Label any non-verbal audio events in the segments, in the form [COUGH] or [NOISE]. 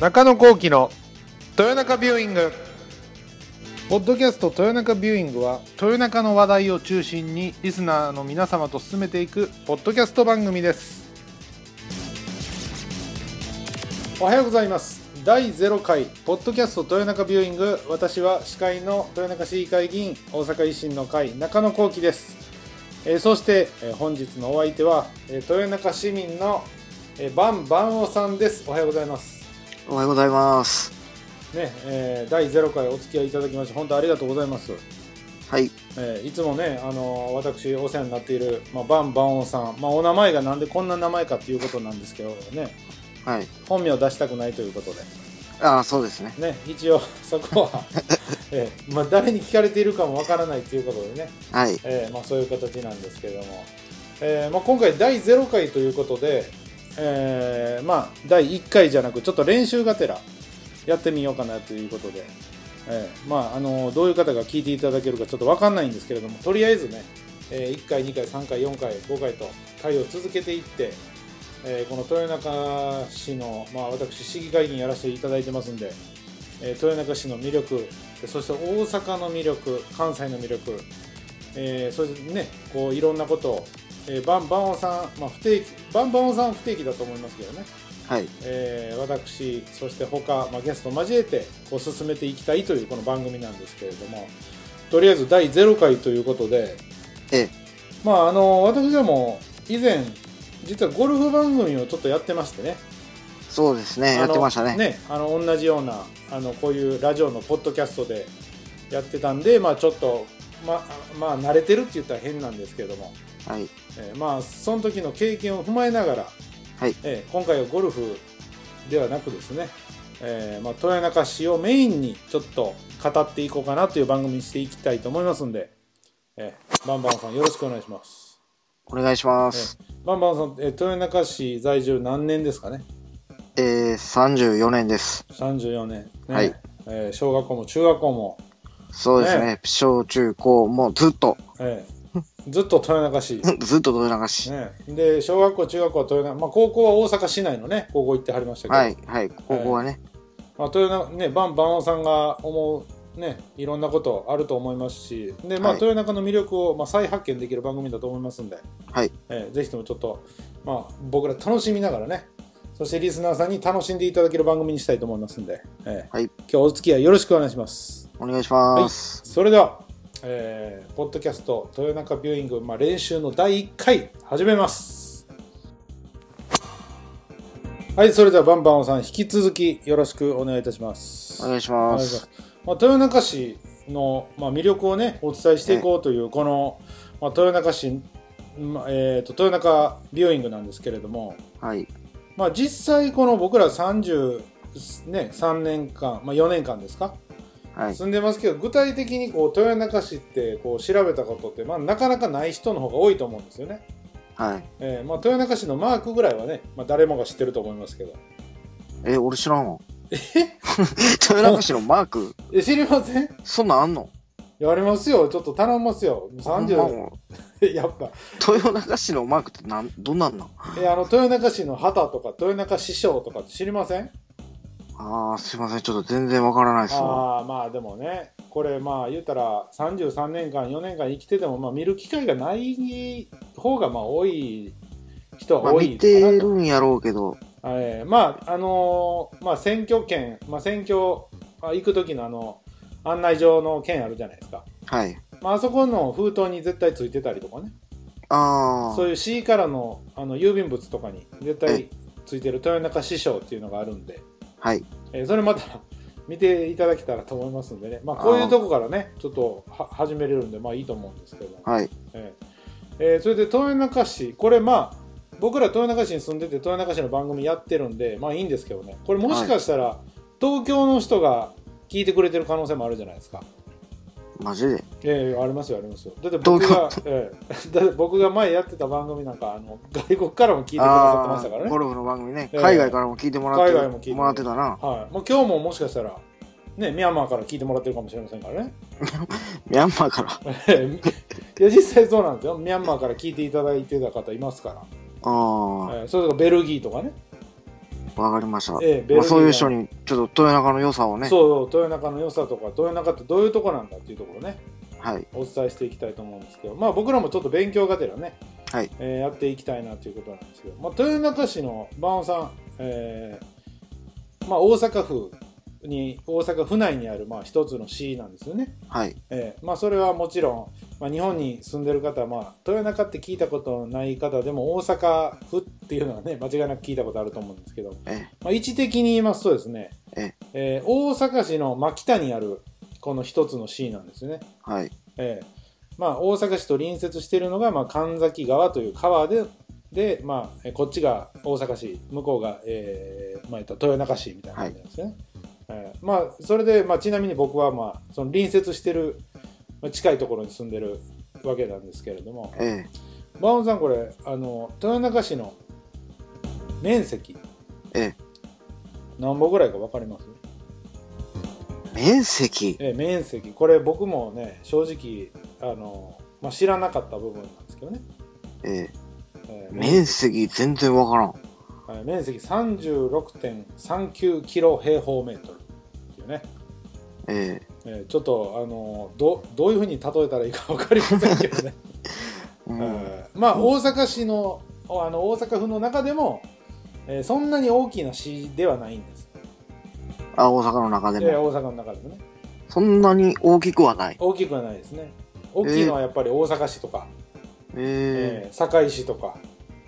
中野幸喜の豊中ビューイングポッドキャスト豊中ビューイングは豊中の話題を中心にリスナーの皆様と進めていくポッドキャスト番組ですおはようございます第0回ポッドキャスト豊中ビューイング私は司会の豊中市議会議員大阪維新の会中野幸喜ですえーそして、えー本日のお相手は、えー豊中市民の、えーバンバンオさんですおはようございますおはようございます。ねえー第0回お付き合いいただきまして本当ありがとうございます、はい。えーいつもね、あのー私お世話になっている、まあ、バン・バンオさん、まあ、お名前がなんでこんな名前かっていうことなんですけどねはい。本名を出したくないということでああ、そうですね。ね一応そこは、 [LAUGHS] えーまあ、誰に聞かれているかもわからないということでね、はい。えーまあ、そういう形なんですけれども、えーまあ、今回第0回ということで、えーまあ、第1回じゃなくちょっと練習がてらやってみようかなということで、えーまああのどういう方が聞いていただけるかちょっと分かんないんですけれどもとりあえずね、え1回2回3回4回5回と回を続けていって、えーこの豊中市の、まあ、私市議会議員やらせていただいてますんで、えー豊中市の魅力そして大阪の魅力関西の魅力えーそれでねこういろんなことを、えーバンバンオさん、まあ、不定期バンバンオさんは不定期だと思いますけどね、はい。えー私そして他、まあ、ゲストを交えてこう進めていきたいというこの番組なんですけれどもとりあえず第0回ということでええ。まああの私はもう以前実はゴルフ番組をちょっとやってましてねそうですね。やあのってましたね。あの同じようなあのこういうラジオのポッドキャストでやってたんでまあちょっとまあまあ慣れてるって言ったら変なんですけども、はい。えーまあその時の経験を踏まえながら、はいえー今回はゴルフではなくですね、えーまあ、豊中市をメインにちょっと語っていこうかなという番組にしていきたいと思いますんで、えーバンバンさんよろしくお願いします。お願いします。バンバンさん、えー豊中市在住何年ですかねええ34年です。 34年、ねはいえー小学校も中学校も、そうですね。ね小中高、もうずっと、 [LAUGHS] えーずっと豊中市、ずっとどれ流し。ね、で小学校中学校は豊中、まあ、高校は大阪市内のね高校行ってはりましたけど、はい。はい。ここはね。まあ、豊中ねバンバンオさんが思うねいろんなことあると思いますしで、まあはい豊中の魅力を、まあ、再発見できる番組だと思いますんで、はい。えーぜひともちょっと、まあ、僕ら楽しみながらねそしてリスナーさんに楽しんでいただける番組にしたいと思いますんで、えーはい。今日お付き合いよろしくお願いします。お願いします。それでは、えーポッドキャスト豊中ビューイング、まあ、練習の第1回始めますはいそれではバンバンおさん引き続きよろしくお願いいたしますお願いしおま。願いしますまあ、豊中市の、まあ、魅力をねお伝えしていこうという、この、まあ、豊中市、まあえー、と豊中ビューイングなんですけれども、はい。まあ、実際この僕ら33、ね、3年間、まあ、4年間ですかはい。住んでますけど具体的にこう豊中市ってこう調べたことって、まあ、なかなかない人の方が多いと思うんですよね、はい。えーまあ、豊中市のマークぐらいはね、まあ、誰もが知ってると思いますけどえ、俺知らんわ。 [LAUGHS] 豊中市のマーク、え知りませんそんなんあんのやりますよちょっと頼みますよほん30まも [LAUGHS] うやっぱ豊中市のマークってなん、どんなんなん [LAUGHS] えあの豊中市の旗とか豊中市章とかって知りませんああ、すいません。ちょっと全然わからないですわ。ああまあでもねこれまあ言うたら33年間4年間生きててもまあ見る機会がない方がまあ多い人はまあ、多い見てるんやろうけど、えーまああのーまあ、選挙権、まあ、選挙あ行く時のあの案内状の券あるじゃないですか、はい。まああそこの封筒に絶対ついてたりとかねあそういう C からのあの郵便物とかに絶対ついてる豊中師匠っていうのがあるんで、あ、はい。えーそれまた見ていただけたらと思いますんでね、まあ、こういうとこからねちょっとは始めれるんで、まあ、いいと思うんですけど、はい。えーえーそれで豊中市、これまあ、僕ら豊中市に住んでて豊中市の番組やってるんで、まあいいんですけどね、これもしかしたら、東京の人が聞いてくれてる可能性もあるじゃないですか。マジで。ええありますよ、ありますよ。だって僕が、ええ [LAUGHS] だって僕が前やってた番組なんか、あの外国からも聞いてくださってましたからーね。ゴルフの番組ね、ええ海外からも聞いてもらって海外も聞いてるもらってたな。はい、もう今日ももしかしたら、ね、ミャンマーから聞いてもらってるかもしれませんからね。ミャンマーから。あ [LAUGHS] いや、実際そうなんですよ。ミャンマーから聞いていただいてた方いますから。あ、ええそれとかベルギーとかね。わかりました。ええベルギーまはあ、そういう人に、ちょっと豊中の良さをね、そうそう、豊中の良さとか、豊中ってどういうとこなんだっていうところね、はい、お伝えしていきたいと思うんですけど、まあ僕らもちょっと勉強がてらね、はいえーやっていきたいなということなんですけど、まあ、豊中市の番尾さん、えーまあ大阪府に、大阪府内にあるまあ一つの市なんですよね。はい、えーまあそれはもちろん、まあ、日本に住んでる方は、まあ、豊中って聞いたことない方でも大阪府っていうのはね間違いなく聞いたことあると思うんですけど、えまあ、位置的に言いますとですねえ、えー大阪市の真北にあるこの一つの市なんですよね、はい、えーまあ、大阪市と隣接しているのが、まあ、神崎川という川でで、まあ、えーこっちが大阪市向こうが、えーまあ、言ったら豊中市みたいな感じなんですね、えーまあ、それで、まあ、ちなみに僕は、まあ、その隣接してる、まあ、近いところに住んでるわけなんですけれどもええ馬ンさんこれあの豊中市の面積ええ何本ぐらいか分かります面積、えー面積これ僕もね正直あの、まあ、知らなかった部分なんですけどね、えええー面積全然わからん。えー面積36.39キロ平方メートルっていうね、ええーちょっとあのどどういうふうに例えたらいいか分かりませんけどね、え [LAUGHS] ううんんまあ大阪市のあの大阪府の中でも、えーそんなに大きな市ではないんです、あ、大阪の中でえーも。大阪の中でもねそんなに大きくはない。大きくはないですね大きいのはやっぱり大阪市とか、ええー堺市とか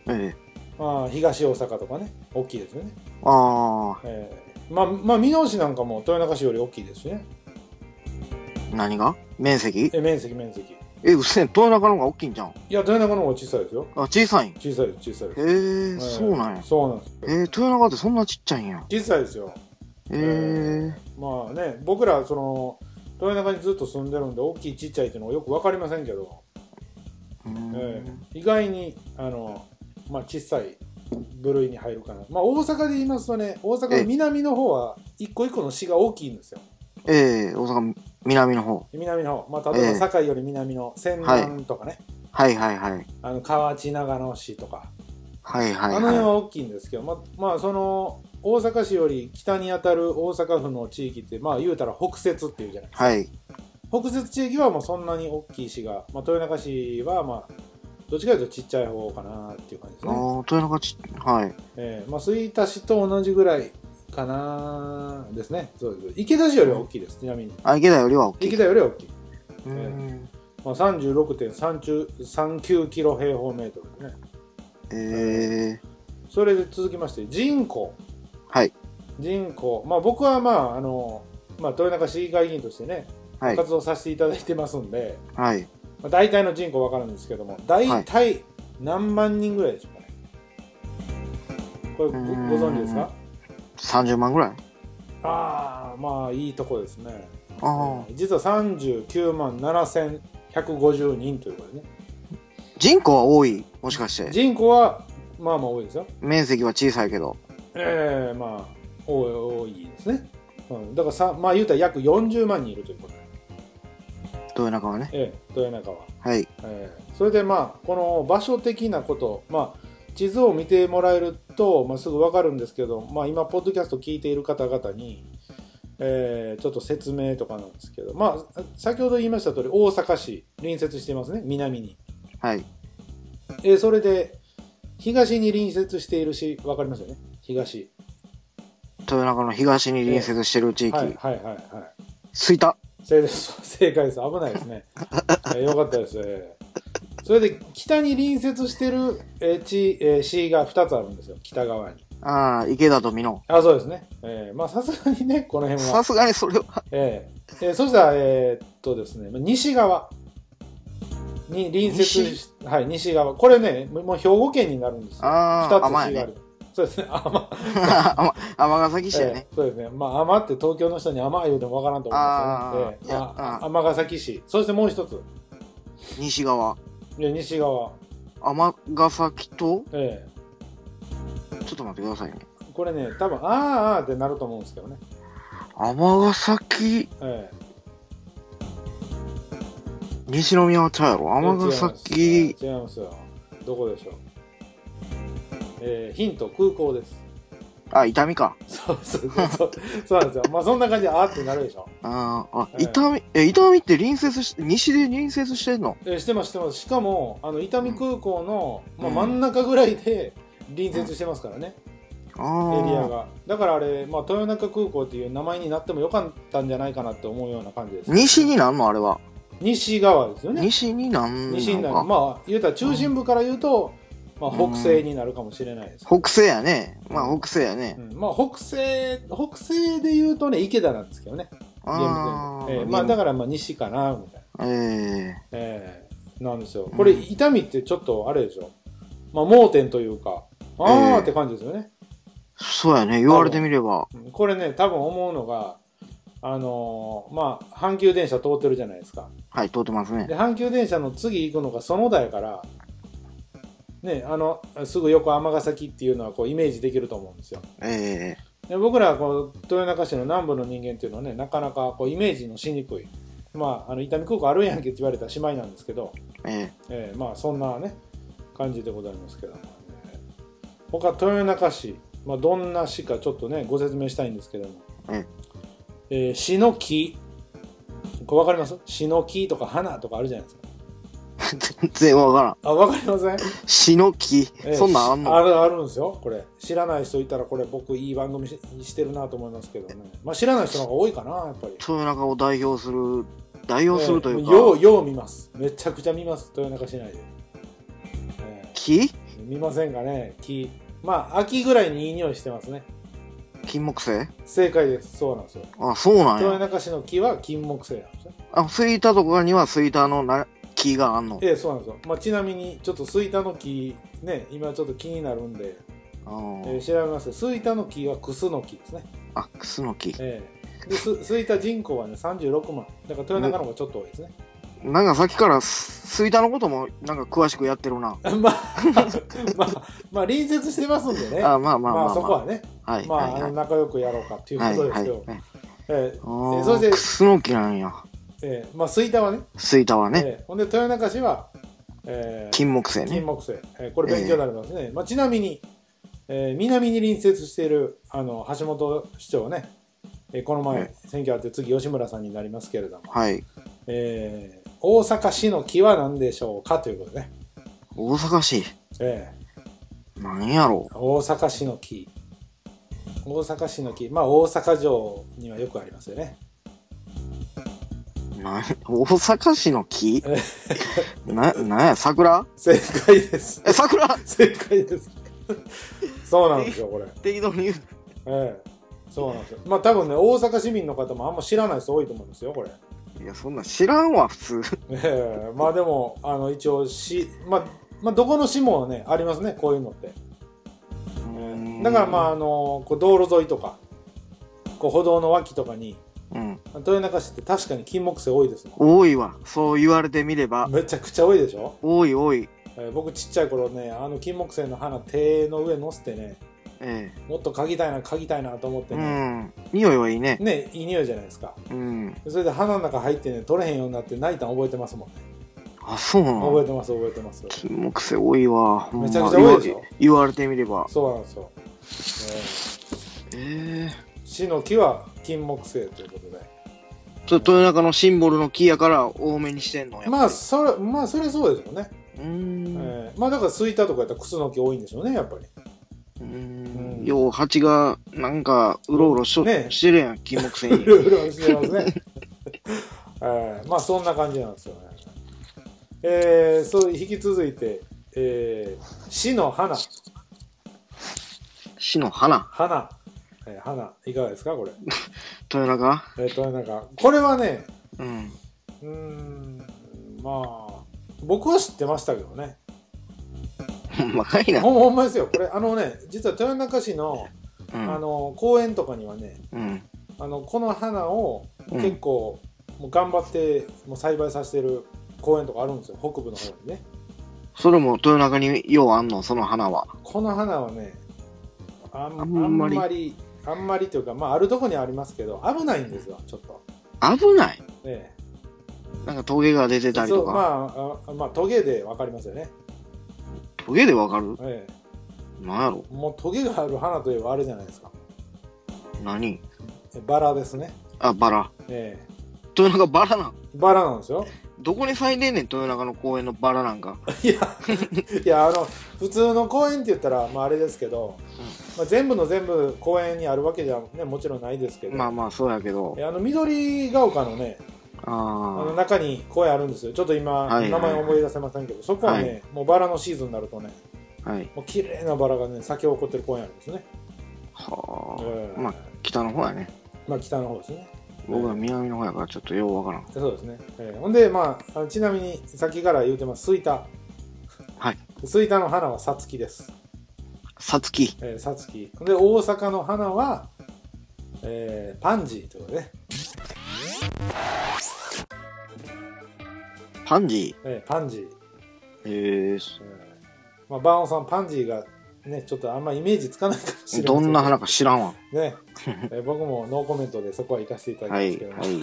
えええまあ、東大阪とかね、大きいですよね。あえーまあ、まあ、箕面市なんかも豊中市より大きいですしね。あ、何が面積え、面積、面積。いえ、うっせん、豊中の方が大きいんじゃん。や、豊中の方が小さいですよ。あ、小さいん。へ小さいです、小さいです。ええーそうなんや。そうなんですええ豊中ってそんなちっちゃいんや。小さいですよ。ええまあね、僕ら、その、豊中にずっと住んでるんで、大きい、ちっちゃいっていうのがよくわかりませんけど、うえん。ー意外に、あの、まあ、小さい部類に入るかな。まあ、大阪で言いますとね、大阪の南の方は、一個一個の市が大きいんですよ。ええ大阪南の方。南の方。まあ、例えば、堺より南の、仙南とかね。はいはいはい。あの河内長野市とか、はいはいあの辺はは大きいんですけど、ままあその大阪市より北にあたる大阪府の地域ってまあ言うたら北摂っていうじゃないい。はい。北摂地域はもうそんなに大きい市が、まあ、豊中市はまあどっちかというとちっちゃい方かなっていう感じですああね、、豊中ち、はい。ええまあ吹田市と同じぐらいかなですねそうです池田市よりは大きいですちなみにあ、池田よりは大きい。池田よりは大きい、うん。まあ、36.39キロ平方メートルですねええそれで続きまして人口はい人口まあ僕はまああの、まあ、豊中市議会議員としてね、はい活動させていただいてますんで、はい。まあ、大体の人口わかるんですけども大体何万人ぐらいでしょうかね、これごうごーん存知ですか30万ぐらいああまあいいとこですねああ。実は39万7150人ということでね人口は多い。もしかして。人口はまあまあ多いですよ面積は小さいけど。ええまあ多い多いですね、うん、だからさまあ言うたら約40万人いるということで、豊中はね。ええ、豊中は、はい。ええそれでまあこの場所的なことまあ地図を見てもらえると、まあ、すぐ分かるんですけど、まあ、今ポッドキャスト聞いている方々に、ええちょっと説明とかなんですけどまあ先ほど言いました通り大阪市隣接してますね南に、はい。ええそれで東に隣接している市分かりますよね東豊中の東に隣接してる地域。はいはいはいはい吹田。正解です。正解です。危ないです [LAUGHS] ね。えーよかったです。えーそれで、北に隣接してる、えー地、えー市が2つあるんですよ。北側に。ああ、池田と美濃。あ、そうですね。えーまあ、さすがにね、この辺さは。すがにそれは。えーえーそしたら、えーっとですね、まあ西側に隣接し、はい、西側。これね、もう兵庫県になるんですよ。あ2つ市あ、が甘あいね。る。そうですね。甘、甘 [LAUGHS] 甘崎市やね。えーそうですね。まあ、甘って東京の人に甘い言うてもわからんと思うんですよね。えーあーいやあ尼崎市。そしてもう一つ。西側。いや西側、甘崎と、えちょっと待ってくださいね。えこれね、多分あーあーってなると思うんですけどね、甘崎、え西宮はちゃうやろ。え甘違崎、いますよ、違いますよどこでしょう、ええヒント、空港です、 [LAUGHS] あ、痛みか。そうそうそうそうそうなんですよまあそんな感じであーってなるでしょあーあ、うん痛み、え、痛みって隣接し、西で隣接してんのえしてますしてますしかもあの伊丹空港の、まあ、うん真ん中ぐらいで [LAUGHS] 隣接してますからね、あエリアーがだからあれ、まあ、豊中空港っていう名前になってもよかったんじゃないかなって思うような感じです西になんのあれは。西側ですよね西になんの西になるか。まあ言うたら中心部から言うと、まあ、北西になるかもしれないです、北西やね。まあ、北西やねう。んまあ、北西北西で言うとね池田なんですけどねゲームああ全部、えーまあ、だからまあ西かなみたいな、ら。ええーなんですよこれうん痛みってちょっとあれでしょ、まあ、盲点というかあーって感じですよね、ーそうやね。言われてみれば。うんこれね多分思うのがあのーまあ阪急電車通ってるじゃないですかはい、通ってますね。で阪急電車の次行くのが園田やからねあのすぐ横尼崎っていうのはこうイメージできると思うんですよええで僕らはこう豊中市の南部の人間っていうのはねなかなかこうイメージのしにくいまああの伊丹空港あるやんけって言われた姉妹なんですけど、ええーまあそんなね感じでございますけども、えー他豊中市、まあ、どんな市かちょっとねご説明したいんですけども、うんえー市の木これ分かります市の木とか花とかあるじゃないですかー全然わからん。あ分かりません死の木。ええそんなんあんのあるあるんですよこれ知らない人いたらこれ僕いい番組ししてるなと思いますけどね、まあ、知らない人の方が多いかなやっぱり豊中を代表する、代表するというか。ええようよう見ますめちゃくちゃ見ます豊中市内で、え木え見ませんかね木まあ秋ぐらいにいい匂いしてますね金木犀正解ですそうなんですよあ、そうなん豊や。中市の木は金木犀なんですねあ、スイタとかにはスイタのな木があんの。ええそうなんですよ、まあ、ちなみにちょっとスイタの木ね今ちょっと気になるんで、あえーえ調べますけどスイタの木はクスの木ですねあ、クスの木。ええで、す、吹田人口はね、36万。だから豊中の方がちょっと多いですね。なんかさっきからススイタのこともなんか詳しくやってるな。まあ、まあ、まあ、隣接してますんでね。あ、まあままああまあ、まあ。そこはね、はい、まはい、あ、はい。仲良くやろうかっていうはい、ことではすいけど、はい。ええあえそしーてクスノキなんや。ええまあ、吹田はね、スイタはね、ええほんで豊中市は、ええ金木犀金ね。木犀、ええこれ勉強になりますね。まあ、ちなみに、ええ南に隣接しているあの橋本市長はね、ええこのうん前、選挙あって次、吉村さんになりますけれども、はい。ええ大阪市の木は何でしょうかということでね。大阪市。えなんやろえ、大阪市の木大阪市の木まあ大阪城にはよくありますよねう。なん、 [LAUGHS] 大阪市の木な、なんや、桜正解ですえ、桜正解ですそうなんですよこれ適当に言う。ええそうなんですよまあ多分ね大阪市民の方もあんま知らない人多いと思うんですよこれいや、そんなん知らんわ、普通。ええまあでもあの一応市まあまあどこの市もねありますねこういうのって、ええだからまああのこう道路沿いとかこう歩道の脇とかにあ。うん。豊中市って確かに金木犀多いですもん多いわ。そう言われてみれば。めちゃくちゃ多いでしょ多い多い。えー僕ちっちゃい頃ねあの金木犀の花手の上乗せてねえもっと嗅ぎたいな嗅ぎたいなと思っえ。てうね、ん。匂いはいいね。ねいい匂いじゃないですかうん。それで花の中入ってね取れへんようになって泣いたん覚えてますもんね、あ、そうな覚えのてます覚えてます金木犀多いわ。ほんまめちゃくちゃ多いでし言ょわ言われてみれば。そうなんですよ、ええ。えー、死の木は金木犀ということでちょっと豊中のシンボルの木やから多めにしてんのやっぱり。まあそれまあそれそうですよね、うーん。えーまあだからスイタとかやったらクスノキ多いんでしょうねやっぱりううんんよう蜂がなんかうろうろし,、ねしてるやん金木犀うにるうるしてます [LAUGHS] ね、えーまあそんな感じなんですよねえー、そう引き続いて、えー、死の花死の花花、えー花いかがですかこれ、豊中えっとなんかこれはねうんうーんまあ僕は知ってましたけどねほん [LAUGHS] まかいなほんほんまですよこれあのね実は豊中市の,、うあんの公園とかにはねうんあのこの花をうん結構、もう頑張ってもう栽培させてる公園とかあるんですよ北部の方にねそれも豊中にようあんのその花はこの花はねあんああんんままりりあんまりというかまああるとこにはありますけど危ないんですよちょっと、危ないええなんかトゲが出てたりそとうか、まああまあトゲでわかりますよね、トゲでわかるええなんやろもうトゲがある花といえばあれじゃないですか何えバラですねあ、バラ。え豊中バラなん。えバラなんですよ [LAUGHS] どこに咲いてんねん、豊中の公園のバラなんか。いやいやあの普通の公園って言ったら、まあ、あれですけど、まあ、全部の全部公園にあるわけじゃ、ね、もちろんないですけど、まあまあ、そうやけどえ。あの緑が丘のねあのあ中に公園あるんですよちょっと今、はいはい名前思い出せませんけどそこはね、はもうバラのシーズンになるとねあ。はい。もう綺麗なバラがね咲き誇ってる公園あるんですね、はええあ。まあ、北の方やね。まあ北の方ですね僕は南の方やから、ちょっとようわからん。そうですね、えーほんでまああのちなみにさっきから言うてますスイタはいスイタの花はサツキですさつき。えーさつきで大阪の花は、えーパンジーということでね、パンジえーパンジー、ー。えーえーまあ、バーオさんパンジーがねちょっとあんまイメージつかないかもしれないどんな花か知らんわ。 [LAUGHS] ね、えー僕もノーコメントでそこは行かせていただきまはすい、けども、はい。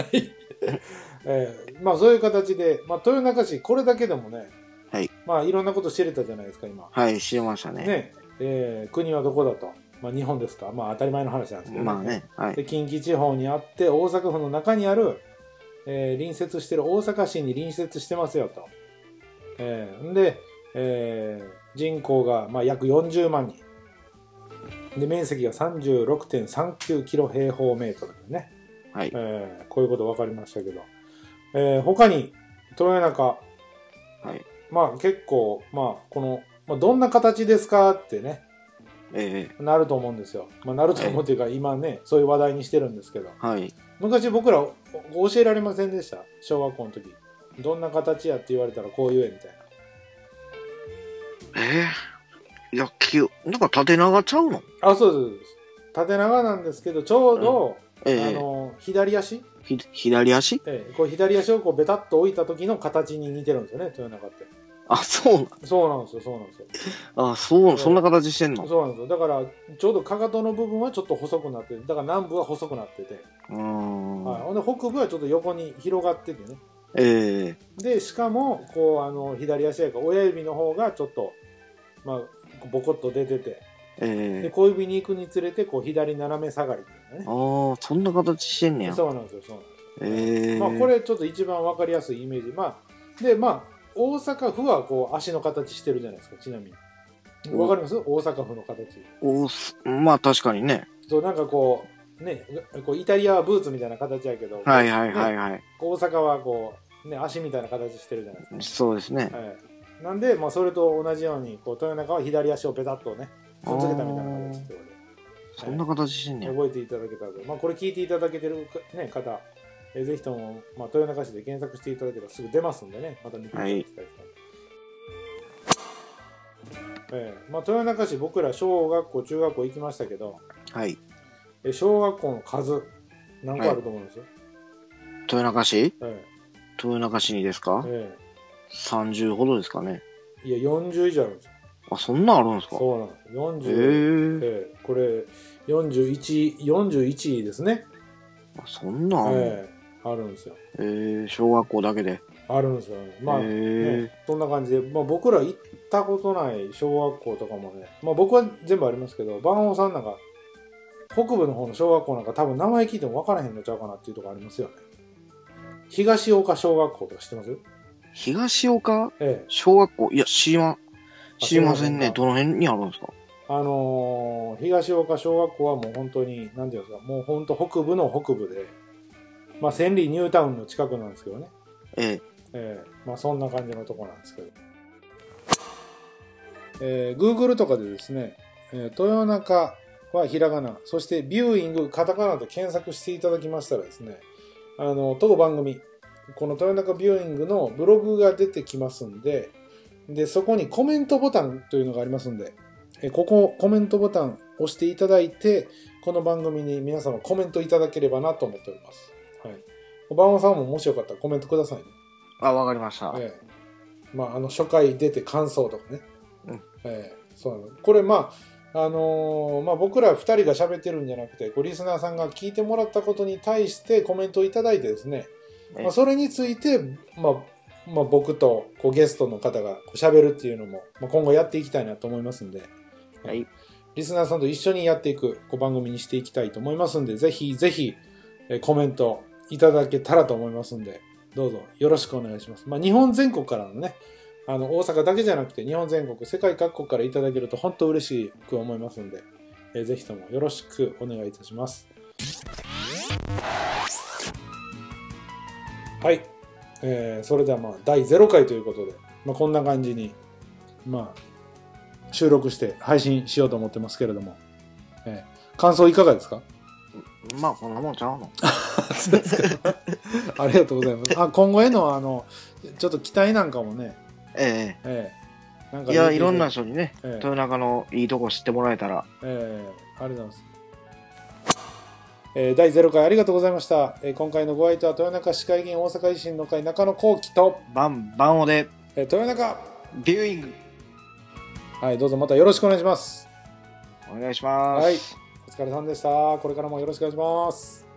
えーまあそういう形で、まあ、豊中市これだけでもね、はいまあいろんなこと知れたじゃないですか今はい、知りましたね。ね、えー国はどこだと、まあ、日本ですか、まあ、当たり前の話なんですけど、まあね、はい。で近畿地方にあって大阪府の中にある、えー隣接してる大阪市に隣接してますよと、えーんで、えー人口がまあ約40万人で面積が36.39キロ平方メートルでね、はい。えーこういうこと分かりましたけど、えー他に豊中はい。まあ結構まあこの、まあ、どんな形ですかってねええなると思うんですよ、まあ、なると思うというか今ねそういう話題にしてるんですけどはい。昔僕らおお教えられませんでした小学校の時どんな形やって言われたらこう言えみたいなええいや、きゅなんか縦長ちゃうのあそうですそうです縦長なんですけどちょうど、えあえの左足、ひ左足ええこう左足をこうベタッと置いた時の形に似てるんですよね豊中ってあ、そうそうなんですよそうなんですよな。あ、そう、ええそんな形してんのそうなんですよだからちょうどかかとの部分はちょっと細くなっててだから南部は細くなってて、うーん。はい、ほんで北部はちょっと横に広がっててねええでしかもこうあの左足やから親指の方がちょっと、まあ、ボコッと出ててえでえ小指に行くにつれてこう左斜め下がりっていうのああ、そんな形してんねねや。そうなんですよそうなんですええまあ、これちょっと一番わかりやすいイメージまあでまあ大阪府はこう足の形してるじゃないですかちなみにわかります大阪府の形おすまあ確かにね。そうなんかこうねこうイタリアはブーツみたいな形やけど、はいはいはいはい。大阪はこう、ね、足みたいな形してるじゃないですかそうですはね。い、なんで、まあ、それと同じようにこう豊中は左足をペタッとね踏んづけたみたいな形ってことそんな形してんでねや。覚えていただけたらと、まあ、これ聞いていただけてる、ね、方えーぜひとも、まあ、豊中市で検索していただけたらすぐ出ますんでねまた見ていただきたいと思います、えーまあ、豊中市僕ら小学校中学校行きましたけどはい。えー小学校の数何個あると思うんですよ、豊中市え豊中市にですーかえ ?30 ほどですかね。ーいや40以上あるんですよあ、そんなんあるんですかそうなんですええ40、ええこれ41 41位ですね、あそんなんあんのええあるんですよえー、小学校だけで。あるんですよねまあ、えーねそんな感じで、まあ、僕ら行ったことない小学校とかもね、まあ、僕は全部ありますけど番王さんなんか北部の方の小学校なんか多分名前聞いても分からへんのちゃうかなっていうところありますよね東岡小学校とか知ってます東岡ええ小学校いや、知りま、あ知りませんね。知どの辺にあるんですかあのー東岡小学校はもう本当に何て言うんですかもう本当北部の北部でまあ千里ニュータウンの近くなんですけどねえええーまあそんな感じのとこなんですけど、えー Google とかでですね、えー豊中はひらがなそしてビューイングカタカナと検索していただきましたらですねあの当番組この豊中ビューイングのブログが出てきますんででそこにコメントボタンというのがありますんでえーここコメントボタン押していただいてこの番組に皆様コメントいただければなと思っております。はい。おばんさんももしよかったらコメントくださいね。あ、わかりました。ええまあ、あの初回出て感想とかね、うんええそうなのこれまああのーまあ、僕ら2人が喋ってるんじゃなくてこうリスナーさんが聞いてもらったことに対してコメントをいただいてですね、えまあ、それについて、まあまあ、僕とこうゲストの方がこう喋るっていうのも、まあ、今後やっていきたいなと思いますんではい。リスナーさんと一緒にやっていくこう番組にしていきたいと思いますんで、ぜひぜひ、えーコメントいただけたらと思いますんで、どうぞよろしくお願いします。まあ、日本全国からのね、あの、大阪だけじゃなくて、日本全国、世界各国からいただけると本当嬉しく思いますんで、えーぜひともよろしくお願いいたします。はい。えーそれではまあ、第0回ということで、まあ、こんな感じに、まあ、収録して配信しようと思ってますけれども、えー感想いかが [LAUGHS] ですかまあ、こんなもんちゃうの。ありがとうございます。あ今後へのあのちょっと期待なんかもね、ええーなんえかいや、いろんな、人にね、えー豊中のいいとこ知ってもらえたら、えーありがとうございます。えー第0回ありがとうございました。えー今回のご相手は豊中市会議員大阪維新の会中野幸喜と、バンバンオでえー豊中、ビューイングはい、どうぞまたよろしくお願いします。お願いします。はいお疲れさんでした。これからもよろしくお願いします。